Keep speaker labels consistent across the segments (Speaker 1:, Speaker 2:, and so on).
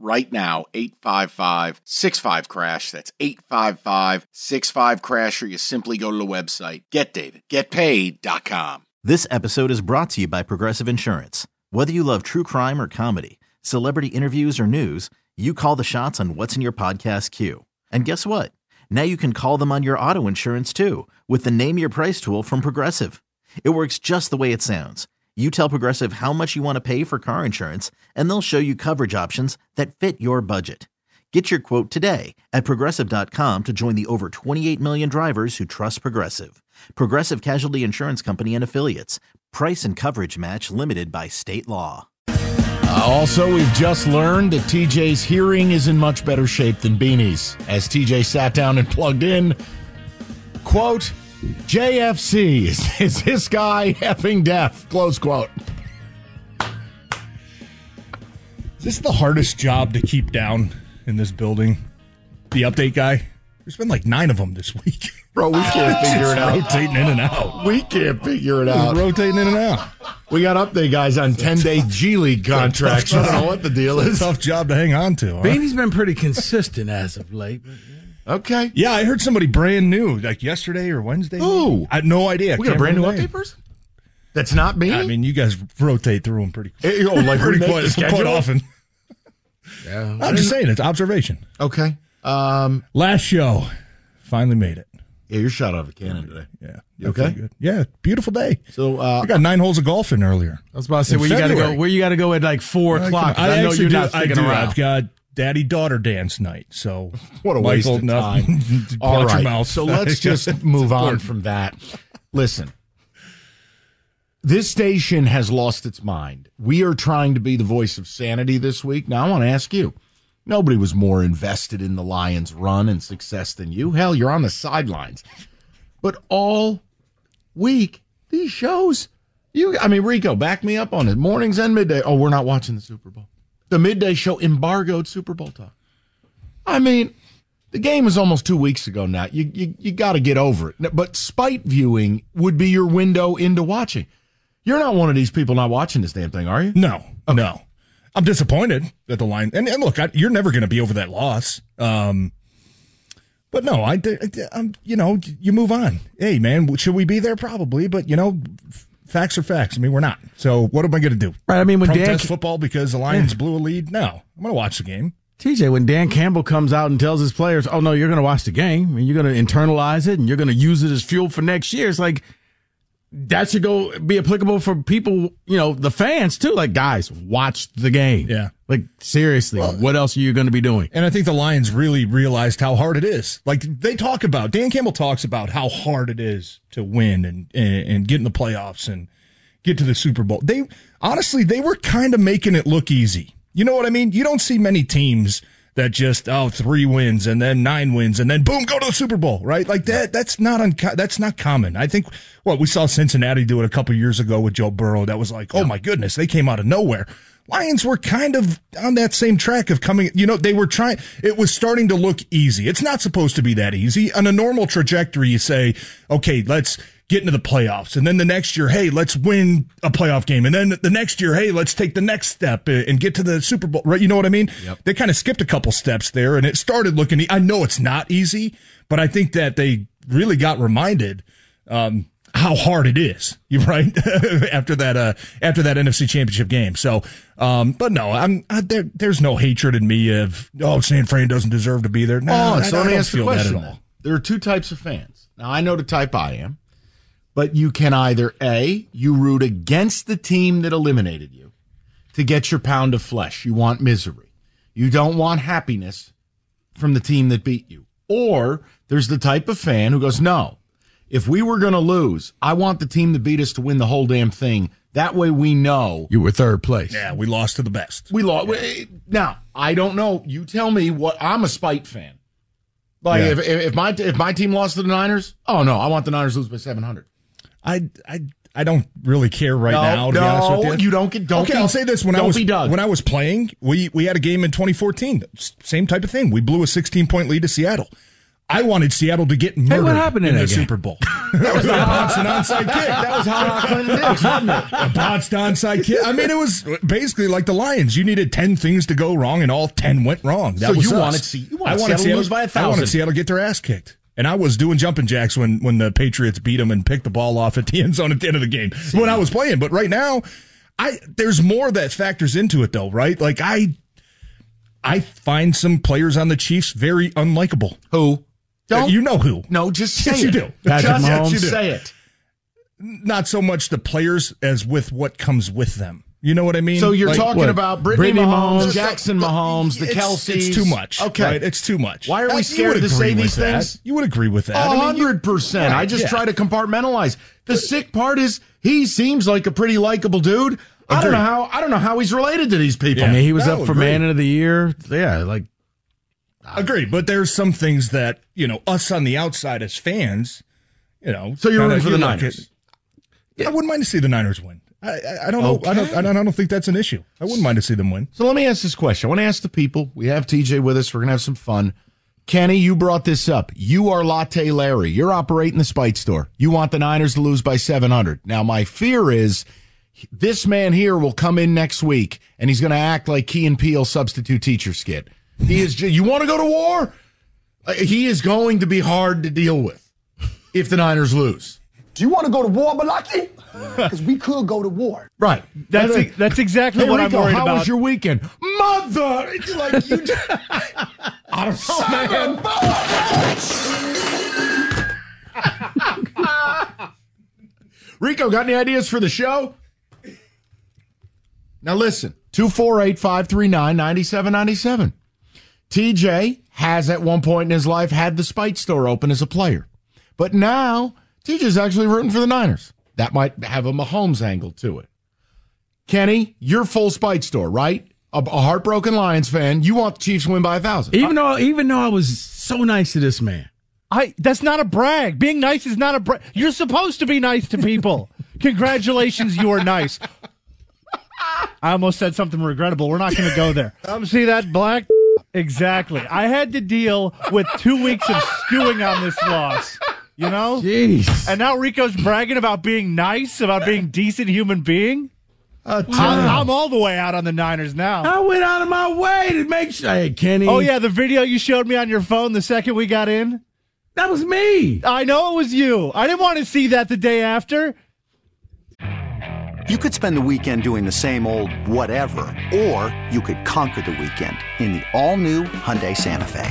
Speaker 1: right now 855 65 crash that's 855 65 crash or you simply go to the website getdavidgetpaid.com
Speaker 2: This episode is brought to you by Progressive Insurance. Whether you love true crime or comedy, celebrity interviews or news, you call the shots on what's in your podcast queue. And guess what? Now you can call them on your auto insurance too with the Name Your Price tool from Progressive. It works just the way it sounds. You tell Progressive how much you want to pay for car insurance, and they'll show you coverage options that fit your budget. Get your quote today at progressive.com to join the over 28 million drivers who trust Progressive. Progressive Casualty Insurance Company and Affiliates. Price and coverage match limited by state law.
Speaker 3: Uh, also, we've just learned that TJ's hearing is in much better shape than Beanie's. As TJ sat down and plugged in, quote, JFC, is, is this guy effing deaf? Close quote.
Speaker 4: Is this the hardest job to keep down in this building? The update guy? There's been like nine of them this week.
Speaker 3: Bro, we can't figure it out.
Speaker 4: Rotating in and out.
Speaker 3: We can't figure it out.
Speaker 4: Rotating in and out.
Speaker 3: We got update guys on 10 day G League contracts. I don't know what the deal
Speaker 4: It's
Speaker 3: is.
Speaker 4: a tough job to hang on to. huh?
Speaker 5: Beanie's been pretty consistent as of late.
Speaker 3: Okay.
Speaker 4: Yeah, I heard somebody brand new, like yesterday or Wednesday.
Speaker 3: Who?
Speaker 4: I had no idea.
Speaker 3: We got a
Speaker 4: Can't
Speaker 3: brand new
Speaker 4: remember the
Speaker 3: update person? That's not me?
Speaker 4: name. I mean, you guys rotate through them pretty,
Speaker 3: Eh, oh, like we
Speaker 4: pretty
Speaker 3: make the
Speaker 4: quite, quite
Speaker 3: schedule?
Speaker 4: often.
Speaker 5: Yeah.
Speaker 4: I'm just saying, it's observation.
Speaker 3: Okay. Um,
Speaker 4: Last show, finally made it.
Speaker 3: yeah, you're shot out of a cannon today.
Speaker 4: Yeah.
Speaker 3: Okay.
Speaker 4: pretty good. Yeah, beautiful day.
Speaker 3: So, uh,
Speaker 4: I got nine holes of golf in earlier.
Speaker 5: I was about to say
Speaker 4: In
Speaker 5: where you got to go.
Speaker 4: February.
Speaker 5: Where you got to go at like four o'clock. 'cause I, know
Speaker 4: actually
Speaker 5: you're
Speaker 4: do-
Speaker 5: not
Speaker 4: I
Speaker 5: sticking
Speaker 4: do.
Speaker 5: around.
Speaker 4: I've got daddy daughter dance night. So
Speaker 3: What a waste
Speaker 4: Michael,
Speaker 3: of
Speaker 4: no,
Speaker 3: time.
Speaker 4: watch
Speaker 3: All
Speaker 4: your
Speaker 3: right.
Speaker 4: mouth.
Speaker 3: So let's just move on from that. Listen, this station has lost its mind. We are trying to be the voice of sanity this week. Now, I want to ask you nobody was more invested in the Lions' run and success than you. Hell, you're on the sidelines. But all week, these shows, you, I mean, Rico, back me up on it. Mornings and midday. Oh, we're not watching the Super Bowl. The midday show embargoed Super Bowl talk. I mean, the game was almost two weeks ago now. You you, you got to get over it. But spite viewing would be your window into watching. You're not one of these people not watching this damn thing, are you?
Speaker 4: No, no. I'm disappointed that the line. And, and look, I, you're never going to be over that loss. Um, but no, I, di- I, di- I'm, you know, you move on. Hey, man, should we be there? Probably, but you know, f- facts are facts. I mean, we're not. So what am I going to do?
Speaker 5: Right. I mean, when Dan
Speaker 4: Protest football because the Lions blew a lead? No, I'm going to watch the game.
Speaker 5: TJ, when Dan Campbell comes out and tells his players, "Oh no, you're going to watch the game and you're going to internalize it and you're going to use it as fuel for next year," it's like that should go be applicable for people, you know, the fans too. Like, guys, watch the game.
Speaker 4: Yeah.
Speaker 5: Like seriously, what else are you going to be doing?
Speaker 4: And I think the Lions really realized how hard it is. Like they talk about, Dan Campbell talks about how hard it is to win and, and, and get in the playoffs and get to the Super Bowl. They honestly, they were kind of making it look easy. You know what I mean? You don't see many teams that just, oh, three wins and then nine wins and then boom, go to the Super Bowl, right? Like that, that's not, unco- that's not common. I think what we saw Cincinnati do it a couple years ago with Joe Burrow. That was like, oh my goodness, they came out of nowhere. Lions were kind of on that same track of coming, you know, they were trying, it was starting to look easy. It's not supposed to be that easy. On a normal trajectory, you say, okay, let's get into the playoffs. And then the next year, hey, let's win a playoff game. And then the next year, hey, let's take the next step and get to the Super Bowl, right? You know what I mean? They kind of skipped a couple steps there and it started looking, e- I know it's not easy, but I think that they really got reminded, um, how hard it is, you right? after that, uh, after that NFC Championship game. So, um, but no, I'm I, there. There's no hatred in me of oh, San Fran doesn't deserve to be there. No,
Speaker 3: Oh,
Speaker 4: I,
Speaker 3: so
Speaker 4: I
Speaker 3: let me
Speaker 4: don't
Speaker 3: ask the
Speaker 4: feel that at
Speaker 3: question.
Speaker 4: all.
Speaker 3: then. There are two types of fans. Now I know the type I am, but you can either a you root against the team that eliminated you to get your pound of flesh. You want misery. You don't want happiness from the team that beat you. Or there's the type of fan who goes, no, if we were going to lose, I want the team that beat us to win the whole damn thing. That way we know
Speaker 5: You were third place.
Speaker 4: Yeah, we lost to the best.
Speaker 3: we lost. Now I don't know. You tell me what I'm a spite fan. Like
Speaker 4: Yeah.
Speaker 3: if, if if my if my team lost to the Niners, oh no, I want the Niners to lose by 700.
Speaker 4: I I I don't really care right
Speaker 3: No,
Speaker 4: now. To be honest
Speaker 3: no,
Speaker 4: with you,
Speaker 3: you don't get- don't
Speaker 4: okay,
Speaker 3: be-
Speaker 4: I'll say this: when I
Speaker 3: don't
Speaker 4: was
Speaker 3: be Doug.
Speaker 4: when I was playing, we we had a game in 2014. S- Same type of thing. We blew a 16 point lead to Seattle. I wanted Seattle to get murdered
Speaker 5: happened in
Speaker 4: in the
Speaker 5: that game?
Speaker 4: Super Bowl. that was the Bonds and onside kick. That was
Speaker 3: how Hawk Clinton did, wasn't it?
Speaker 4: a botched onside kick. I mean, it was basically like the Lions. You needed ten things to go wrong, and all ten went wrong. That
Speaker 3: So
Speaker 4: was
Speaker 3: you
Speaker 4: us.
Speaker 3: wanted Se- you wanted
Speaker 4: I wanted
Speaker 3: Seattle to lose by a
Speaker 4: I
Speaker 3: thousand.
Speaker 4: wanted Seattle to get their ass kicked. And I was doing jumping jacks when when the Patriots beat them and picked the ball off at the end zone at the end of the game when I was playing. But right now, I there's more that factors into it though, right? Like I. I find some players on the Chiefs very unlikable.
Speaker 3: Who? Don't
Speaker 4: you know who?
Speaker 3: No, just say
Speaker 4: Yes,
Speaker 3: it.
Speaker 4: you do.
Speaker 3: Just
Speaker 5: Patrick
Speaker 4: Mahomes.
Speaker 3: yes, you do. say it.
Speaker 4: Not so much the players as with what comes with them. You know what I mean?
Speaker 3: So you're
Speaker 4: Like-
Speaker 3: talking
Speaker 5: what?
Speaker 3: about Brittany,
Speaker 5: Brittany
Speaker 3: Mahomes,
Speaker 5: Mahomes,
Speaker 3: Jackson Mahomes, the
Speaker 4: It's-
Speaker 3: Kelseys.
Speaker 4: It's too much.
Speaker 3: Okay.
Speaker 4: Okay. It's too much.
Speaker 3: Why are we
Speaker 4: Uh, you
Speaker 3: scared
Speaker 4: would
Speaker 3: to say
Speaker 4: agree with
Speaker 3: these
Speaker 4: that.
Speaker 3: things? Oh,
Speaker 4: You would agree with that. I mean, you-
Speaker 3: hundred percent. I
Speaker 4: Right,
Speaker 3: just
Speaker 4: yeah.
Speaker 3: try to compartmentalize. The sick part is he seems like a pretty likable dude. I don't know
Speaker 4: Agreed.
Speaker 3: how I don't know how he's related to these people.
Speaker 5: I mean, he was
Speaker 4: No,
Speaker 5: up for
Speaker 4: agree.
Speaker 5: man of the year. Yeah, like
Speaker 4: agree, but there's some things that, you know, us on the outside as fans, you know.
Speaker 3: So you're
Speaker 4: kinda-
Speaker 3: rooting for
Speaker 4: you
Speaker 3: the
Speaker 4: look at-
Speaker 3: Niners.
Speaker 4: I wouldn't mind to see the Niners win. I, I, I don't know. I don't, I don't. I don't think that's an issue. I wouldn't mind to see them win.
Speaker 3: So let me ask this question. I want to ask the people. We have TJ with us. We're gonna have some fun. Kenny, you brought this up. You are Latte Larry. You're operating the Spite Store. You want the Niners to lose by 700. Now, my fear is this man here will come in next week and he's going to act like Key and Peele substitute teacher skid. He is. ju- You want to go to war? Uh, He is going to be hard to deal with if the Niners lose.
Speaker 6: Do you want to go to war, Malaki? Because we could go to war. uh,
Speaker 3: Right.
Speaker 7: That's ex- that's exactly
Speaker 3: Hey,
Speaker 7: what
Speaker 3: Rico,
Speaker 7: I'm worried
Speaker 3: how
Speaker 7: about.
Speaker 3: was your weekend, mother? It's like you. Just, I don't know, man. Rico, got any ideas for the show? Now listen, 248-539-9797. TJ has at one point in his life had the Spite Store open as a player. But now TJ's actually rooting for the Niners. That might have a Mahomes angle to it. Kenny, you're full Spite Store, right? A, a heartbroken Lions fan. You want the Chiefs to win by a thousand.
Speaker 5: even though even though I was so nice to this man,
Speaker 7: I that's not a brag. Being nice is not a brag. You're supposed to be nice to people. Congratulations, you are nice. I almost said something regrettable. We're not going to go there. Um, see that black? Exactly. I had to deal with two weeks of stewing on this loss. You know,
Speaker 5: jeez,
Speaker 7: and now Rico's bragging about being nice, about being decent human being. I'm, I'm all the way out on the Niners now.
Speaker 5: I went out of my way to make sure. Hey, Kenny.
Speaker 7: Oh yeah, the video you showed me on your phone the second we got in.
Speaker 5: that was me.
Speaker 7: I know it was you. I didn't want to see that the day after.
Speaker 8: You could spend the weekend doing the same old whatever, or you could conquer the weekend in the all-new Hyundai Santa Fe.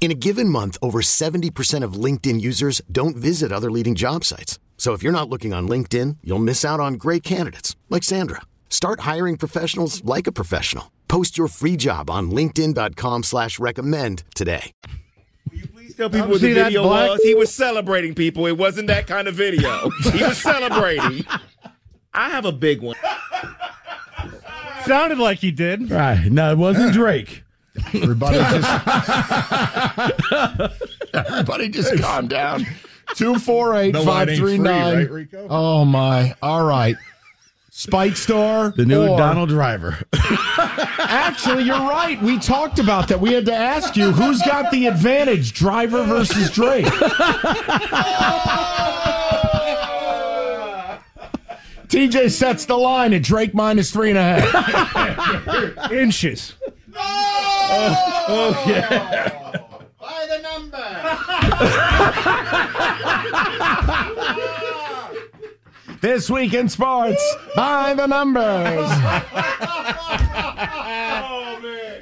Speaker 9: In a given month, over 70% of LinkedIn users don't visit other leading job sites. So if you're not looking on LinkedIn, you'll miss out on great candidates like Sandra. Start hiring professionals like a professional. Post your free job on linkedin.com/recommend slash recommend today.
Speaker 10: Tell people
Speaker 7: Um,
Speaker 10: what
Speaker 7: see
Speaker 10: the
Speaker 7: that
Speaker 10: video
Speaker 7: black-
Speaker 10: was. He was celebrating people. It wasn't that kind of video. he was celebrating. I have a big one.
Speaker 7: Sounded like he did.
Speaker 5: Right. No, it wasn't Drake.
Speaker 3: Everybody just Everybody just calm down. Two four eight
Speaker 4: No,
Speaker 3: five
Speaker 4: it ain't
Speaker 3: three
Speaker 4: free,
Speaker 3: nine.
Speaker 4: right, Rico?
Speaker 3: Oh my. All right. Spike Star.
Speaker 5: The new
Speaker 3: or-
Speaker 5: Donald Driver.
Speaker 3: Actually, you're right. We talked about that. We had to ask you who's got the advantage, driver versus Drake. TJ sets the line at Drake minus three and a half
Speaker 7: inches.
Speaker 3: Oh, yeah.
Speaker 6: By the number.
Speaker 3: This week in sports, by the numbers.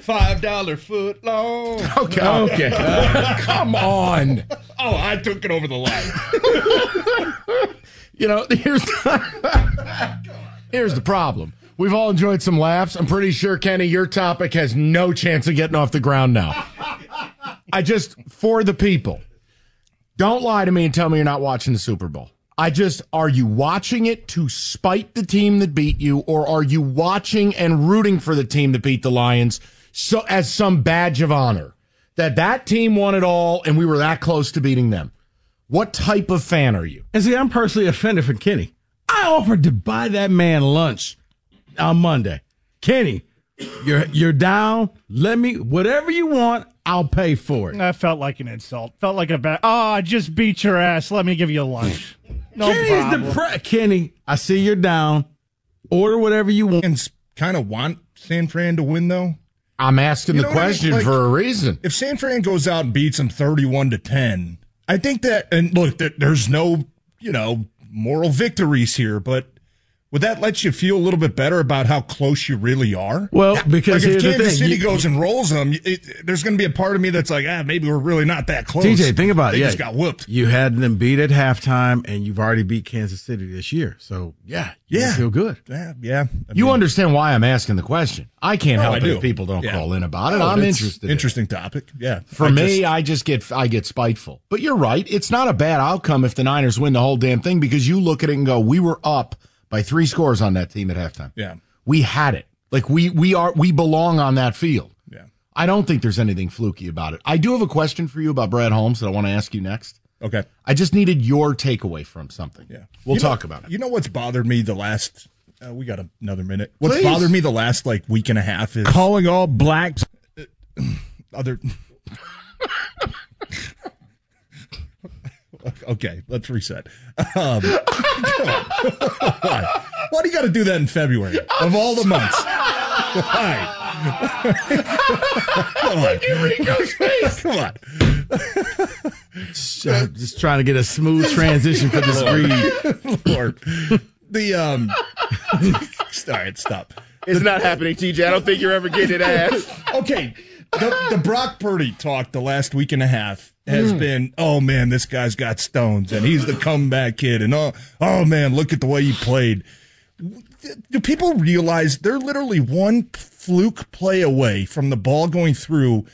Speaker 4: Five dollar foot long.
Speaker 3: Okay.
Speaker 4: Okay.
Speaker 3: Come on.
Speaker 4: Oh, I took it over the line.
Speaker 3: You know, here's here's the problem. We've all enjoyed some laughs. I'm pretty sure, Kenny, your topic has no chance of getting off the ground now. I just, for the people, don't lie to me and tell me you're not watching the Super Bowl. I just, are you watching it to spite the team that beat you, or are you watching and rooting for the team that beat the Lions so as some badge of honor that that team won it all and we were that close to beating them? What type of fan are you?
Speaker 5: And see, I'm personally offended for Kenny. I offered to buy that man lunch on Monday. Kenny, you're you're down. Let me whatever you want, I'll pay for it.
Speaker 7: That felt like an insult. Felt like a bad. Oh, I just beat your ass. Let me give you a lunch. No
Speaker 5: Kenny's
Speaker 7: problem.
Speaker 5: depre- Kenny, I see you're down. Order whatever you want.
Speaker 4: And kind of want San Fran to win though.
Speaker 3: I'm asking
Speaker 4: You
Speaker 3: the
Speaker 4: know what I mean?
Speaker 3: question
Speaker 4: Like-
Speaker 3: for a reason.
Speaker 4: If San Fran goes out and beats them 31 to 10, I think that, and look, th- there's no, you know, moral victories here, but would that let you feel a little bit better about how close you really are?
Speaker 5: Well,
Speaker 4: Like
Speaker 5: because
Speaker 4: if
Speaker 5: here's the
Speaker 4: Kansas
Speaker 5: thing.
Speaker 4: City
Speaker 5: You-
Speaker 4: goes and rolls them, it, there's going to be a part of me that's like, ah, maybe we're really not that close.
Speaker 5: TJ, think about it.
Speaker 4: They
Speaker 5: yeah.
Speaker 4: just got whooped.
Speaker 5: You had them beat at halftime, and you've already beat Kansas City this year. So yeah, you
Speaker 4: Yeah.
Speaker 5: feel good.
Speaker 4: Yeah, yeah. I
Speaker 3: You
Speaker 4: mean,
Speaker 3: understand why I'm asking the question. I can't
Speaker 4: no,
Speaker 3: help
Speaker 4: I
Speaker 3: it
Speaker 4: do.
Speaker 3: if people don't
Speaker 4: Yeah.
Speaker 3: call in about it.
Speaker 5: Oh,
Speaker 4: No,
Speaker 3: I'm
Speaker 4: oh, that's
Speaker 3: interested. in it.
Speaker 4: Interesting topic. Yeah.
Speaker 3: For
Speaker 4: I
Speaker 3: me,
Speaker 4: just-
Speaker 3: I just get I get spiteful. But you're right. It's not a bad outcome if the Niners win the whole damn thing because you look at it and go, we were up by three scores on that team at halftime.
Speaker 4: yeah.
Speaker 3: We had it. Like we we are we belong on that field.
Speaker 4: Yeah.
Speaker 3: I don't think there's anything fluky about it. I do have a question for you about Brad Holmes that I want to ask you next.
Speaker 4: Okay.
Speaker 3: I just needed your takeaway from something.
Speaker 4: Yeah.
Speaker 3: We'll
Speaker 4: You know-
Speaker 3: talk about it.
Speaker 4: You know what's bothered me the last, uh, we got another minute. What's
Speaker 3: Please.
Speaker 4: bothered me the last like week and a half is
Speaker 5: Calling all blacks.
Speaker 4: other. okay, let's reset. Um, why? Why do you got to do that in February of all the months? Why? Come on. Come on.
Speaker 5: just trying to get a smooth transition for this read.
Speaker 4: Lord. The um all right, stop.
Speaker 10: It's not happening, TJ. I don't think you're ever getting it ass.
Speaker 4: Okay. The, the Brock Purdy talk the last week and a half has been, oh man, this guy's got stones and he's the comeback kid and oh, oh man, look at the way he played. Do people realize they're literally one fluke play away from the ball going through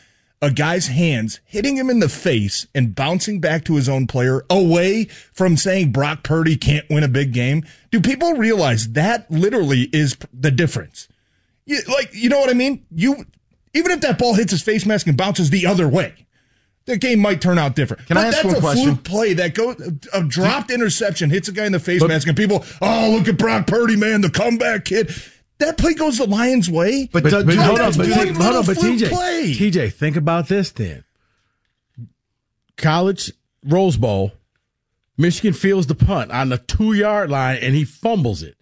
Speaker 4: a guy's hands, hitting him in the face and bouncing back to his own player away from saying Brock Purdy can't win a big game? Do people realize that literally is the difference? You, like, you know what I mean? You, even if that ball hits his face mask and bounces the other way, the game might turn out different.
Speaker 3: Can I ask
Speaker 4: that's
Speaker 3: one
Speaker 4: a
Speaker 3: question?
Speaker 4: fluke play that goes a dropped interception hits a guy in the face mask, and people, oh look at Brock Purdy, man, the comeback kid. That play goes the Lions' way.
Speaker 3: But,
Speaker 5: But, but
Speaker 4: Dude,
Speaker 5: hold on,
Speaker 4: that's
Speaker 5: but,
Speaker 4: one
Speaker 5: t- hold
Speaker 4: little
Speaker 5: on, but
Speaker 4: fluke
Speaker 5: TJ,
Speaker 4: play.
Speaker 5: TJ, think about this then. College Rose Bowl, Michigan fields the punt on the two yard line and he fumbles it.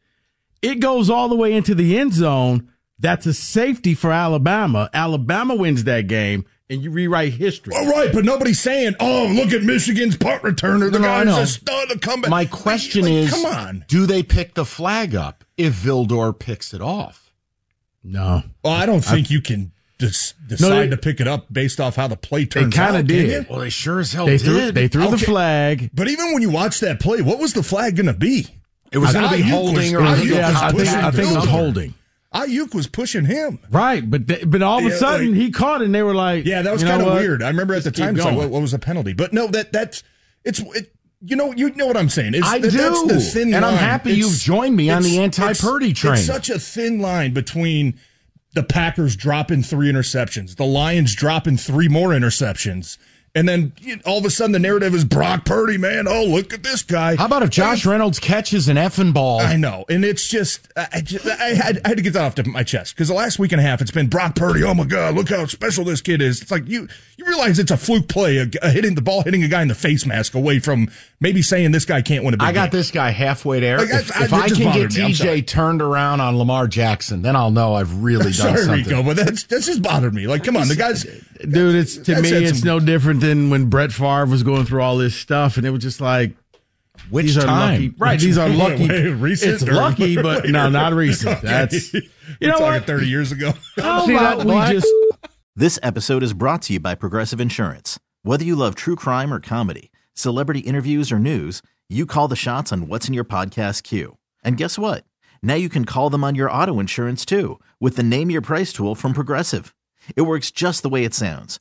Speaker 5: It goes all the way into the end zone. That's a safety for Alabama. Alabama wins that game, and you rewrite history.
Speaker 4: all Oh, right, but nobody's saying, "Oh, look at Michigan's punt returner. The
Speaker 3: No, I
Speaker 4: guy's
Speaker 3: know.
Speaker 4: a stud. The comeback."
Speaker 3: My question
Speaker 4: Like,
Speaker 3: is
Speaker 4: come on.
Speaker 3: Do they pick the flag up if Vildor picks it off?
Speaker 5: No,
Speaker 4: Well, I don't think you can dis- decide
Speaker 5: No, they-
Speaker 4: to pick it up based off how the play turns
Speaker 5: kinda
Speaker 4: out. can
Speaker 5: did.
Speaker 4: you?
Speaker 3: Well, they sure as hell
Speaker 5: they
Speaker 3: did.
Speaker 5: threw they threw the
Speaker 4: Oh, Okay.
Speaker 5: flag.
Speaker 4: But even when you watch that play, what was the flag going to be?
Speaker 3: It was going to be
Speaker 4: Ayuk
Speaker 3: holding or
Speaker 4: was-
Speaker 3: Ayuk
Speaker 4: Ayuk
Speaker 5: Yeah,
Speaker 4: was
Speaker 5: I think
Speaker 4: pushing
Speaker 5: I think it was
Speaker 4: Vildor.
Speaker 5: holding.
Speaker 4: Ayuk was pushing him.
Speaker 5: Right, but they, but all of
Speaker 4: Yeah,
Speaker 5: a sudden
Speaker 4: like-
Speaker 5: he caught it, and they were like,
Speaker 4: Yeah, that was
Speaker 5: you know
Speaker 4: kind of
Speaker 5: what?
Speaker 4: weird. I remember at the
Speaker 5: keep
Speaker 4: time, it's like,
Speaker 5: going.
Speaker 4: what, what was the penalty? But no, that that's it's it, you know you know what I'm saying. It's,
Speaker 3: I
Speaker 4: that- That's
Speaker 3: do.
Speaker 4: the thin
Speaker 3: And I'm
Speaker 4: line.
Speaker 3: happy you've joined me on
Speaker 4: it's-
Speaker 3: the anti-Purdy
Speaker 4: it's-
Speaker 3: train.
Speaker 4: It's such a thin line between the Packers dropping three interceptions, the Lions dropping three more interceptions, And then you know, all of a sudden, the narrative is Brock Purdy, man. Oh, look at this guy.
Speaker 3: How about if Josh Reynolds catches an effing ball?
Speaker 4: I know, and it's just I, I just, I, had, I had to get that off the- my chest because the last week and a half it's been Brock Purdy. Oh my God, look how special this kid is. It's like you you realize it's a fluke play, a, a hitting the ball, hitting a guy in the face mask away from maybe saying this guy can't win a big
Speaker 3: I got
Speaker 4: game.
Speaker 3: this guy halfway there.
Speaker 4: Like,
Speaker 3: if
Speaker 4: I- I-
Speaker 3: if
Speaker 4: it
Speaker 3: I
Speaker 4: just
Speaker 3: can get
Speaker 4: bothered me. I'm sorry.
Speaker 3: TJ turned around on Lamar Jackson, then I'll know I've really done
Speaker 4: Sorry,
Speaker 3: something.
Speaker 4: Rico, but that's that's just bothered me. Like, come on, the guys.
Speaker 5: Dude, it's to
Speaker 4: That's
Speaker 5: me,
Speaker 4: had
Speaker 5: it's
Speaker 4: some-
Speaker 5: no different than when Brett Favre was going through all this stuff, and it was just like,
Speaker 3: Which
Speaker 5: these
Speaker 3: time?
Speaker 5: are lucky, right?
Speaker 4: Which-
Speaker 5: These are lucky.
Speaker 4: wait, recent
Speaker 5: it's
Speaker 4: or-
Speaker 5: lucky, but no, not recent.
Speaker 4: Okay.
Speaker 5: That's you
Speaker 4: We're
Speaker 5: know
Speaker 4: talking
Speaker 5: what?
Speaker 4: Thirty years ago.
Speaker 5: How
Speaker 7: See that
Speaker 5: about we
Speaker 7: black?
Speaker 5: just
Speaker 2: This episode is brought to you by Progressive Insurance. Whether you love true crime or comedy, celebrity interviews or news, you call the shots on what's in your podcast queue. And guess what? Now you can call them on your auto insurance too with the Name Your Price tool from Progressive. It works just the way it sounds.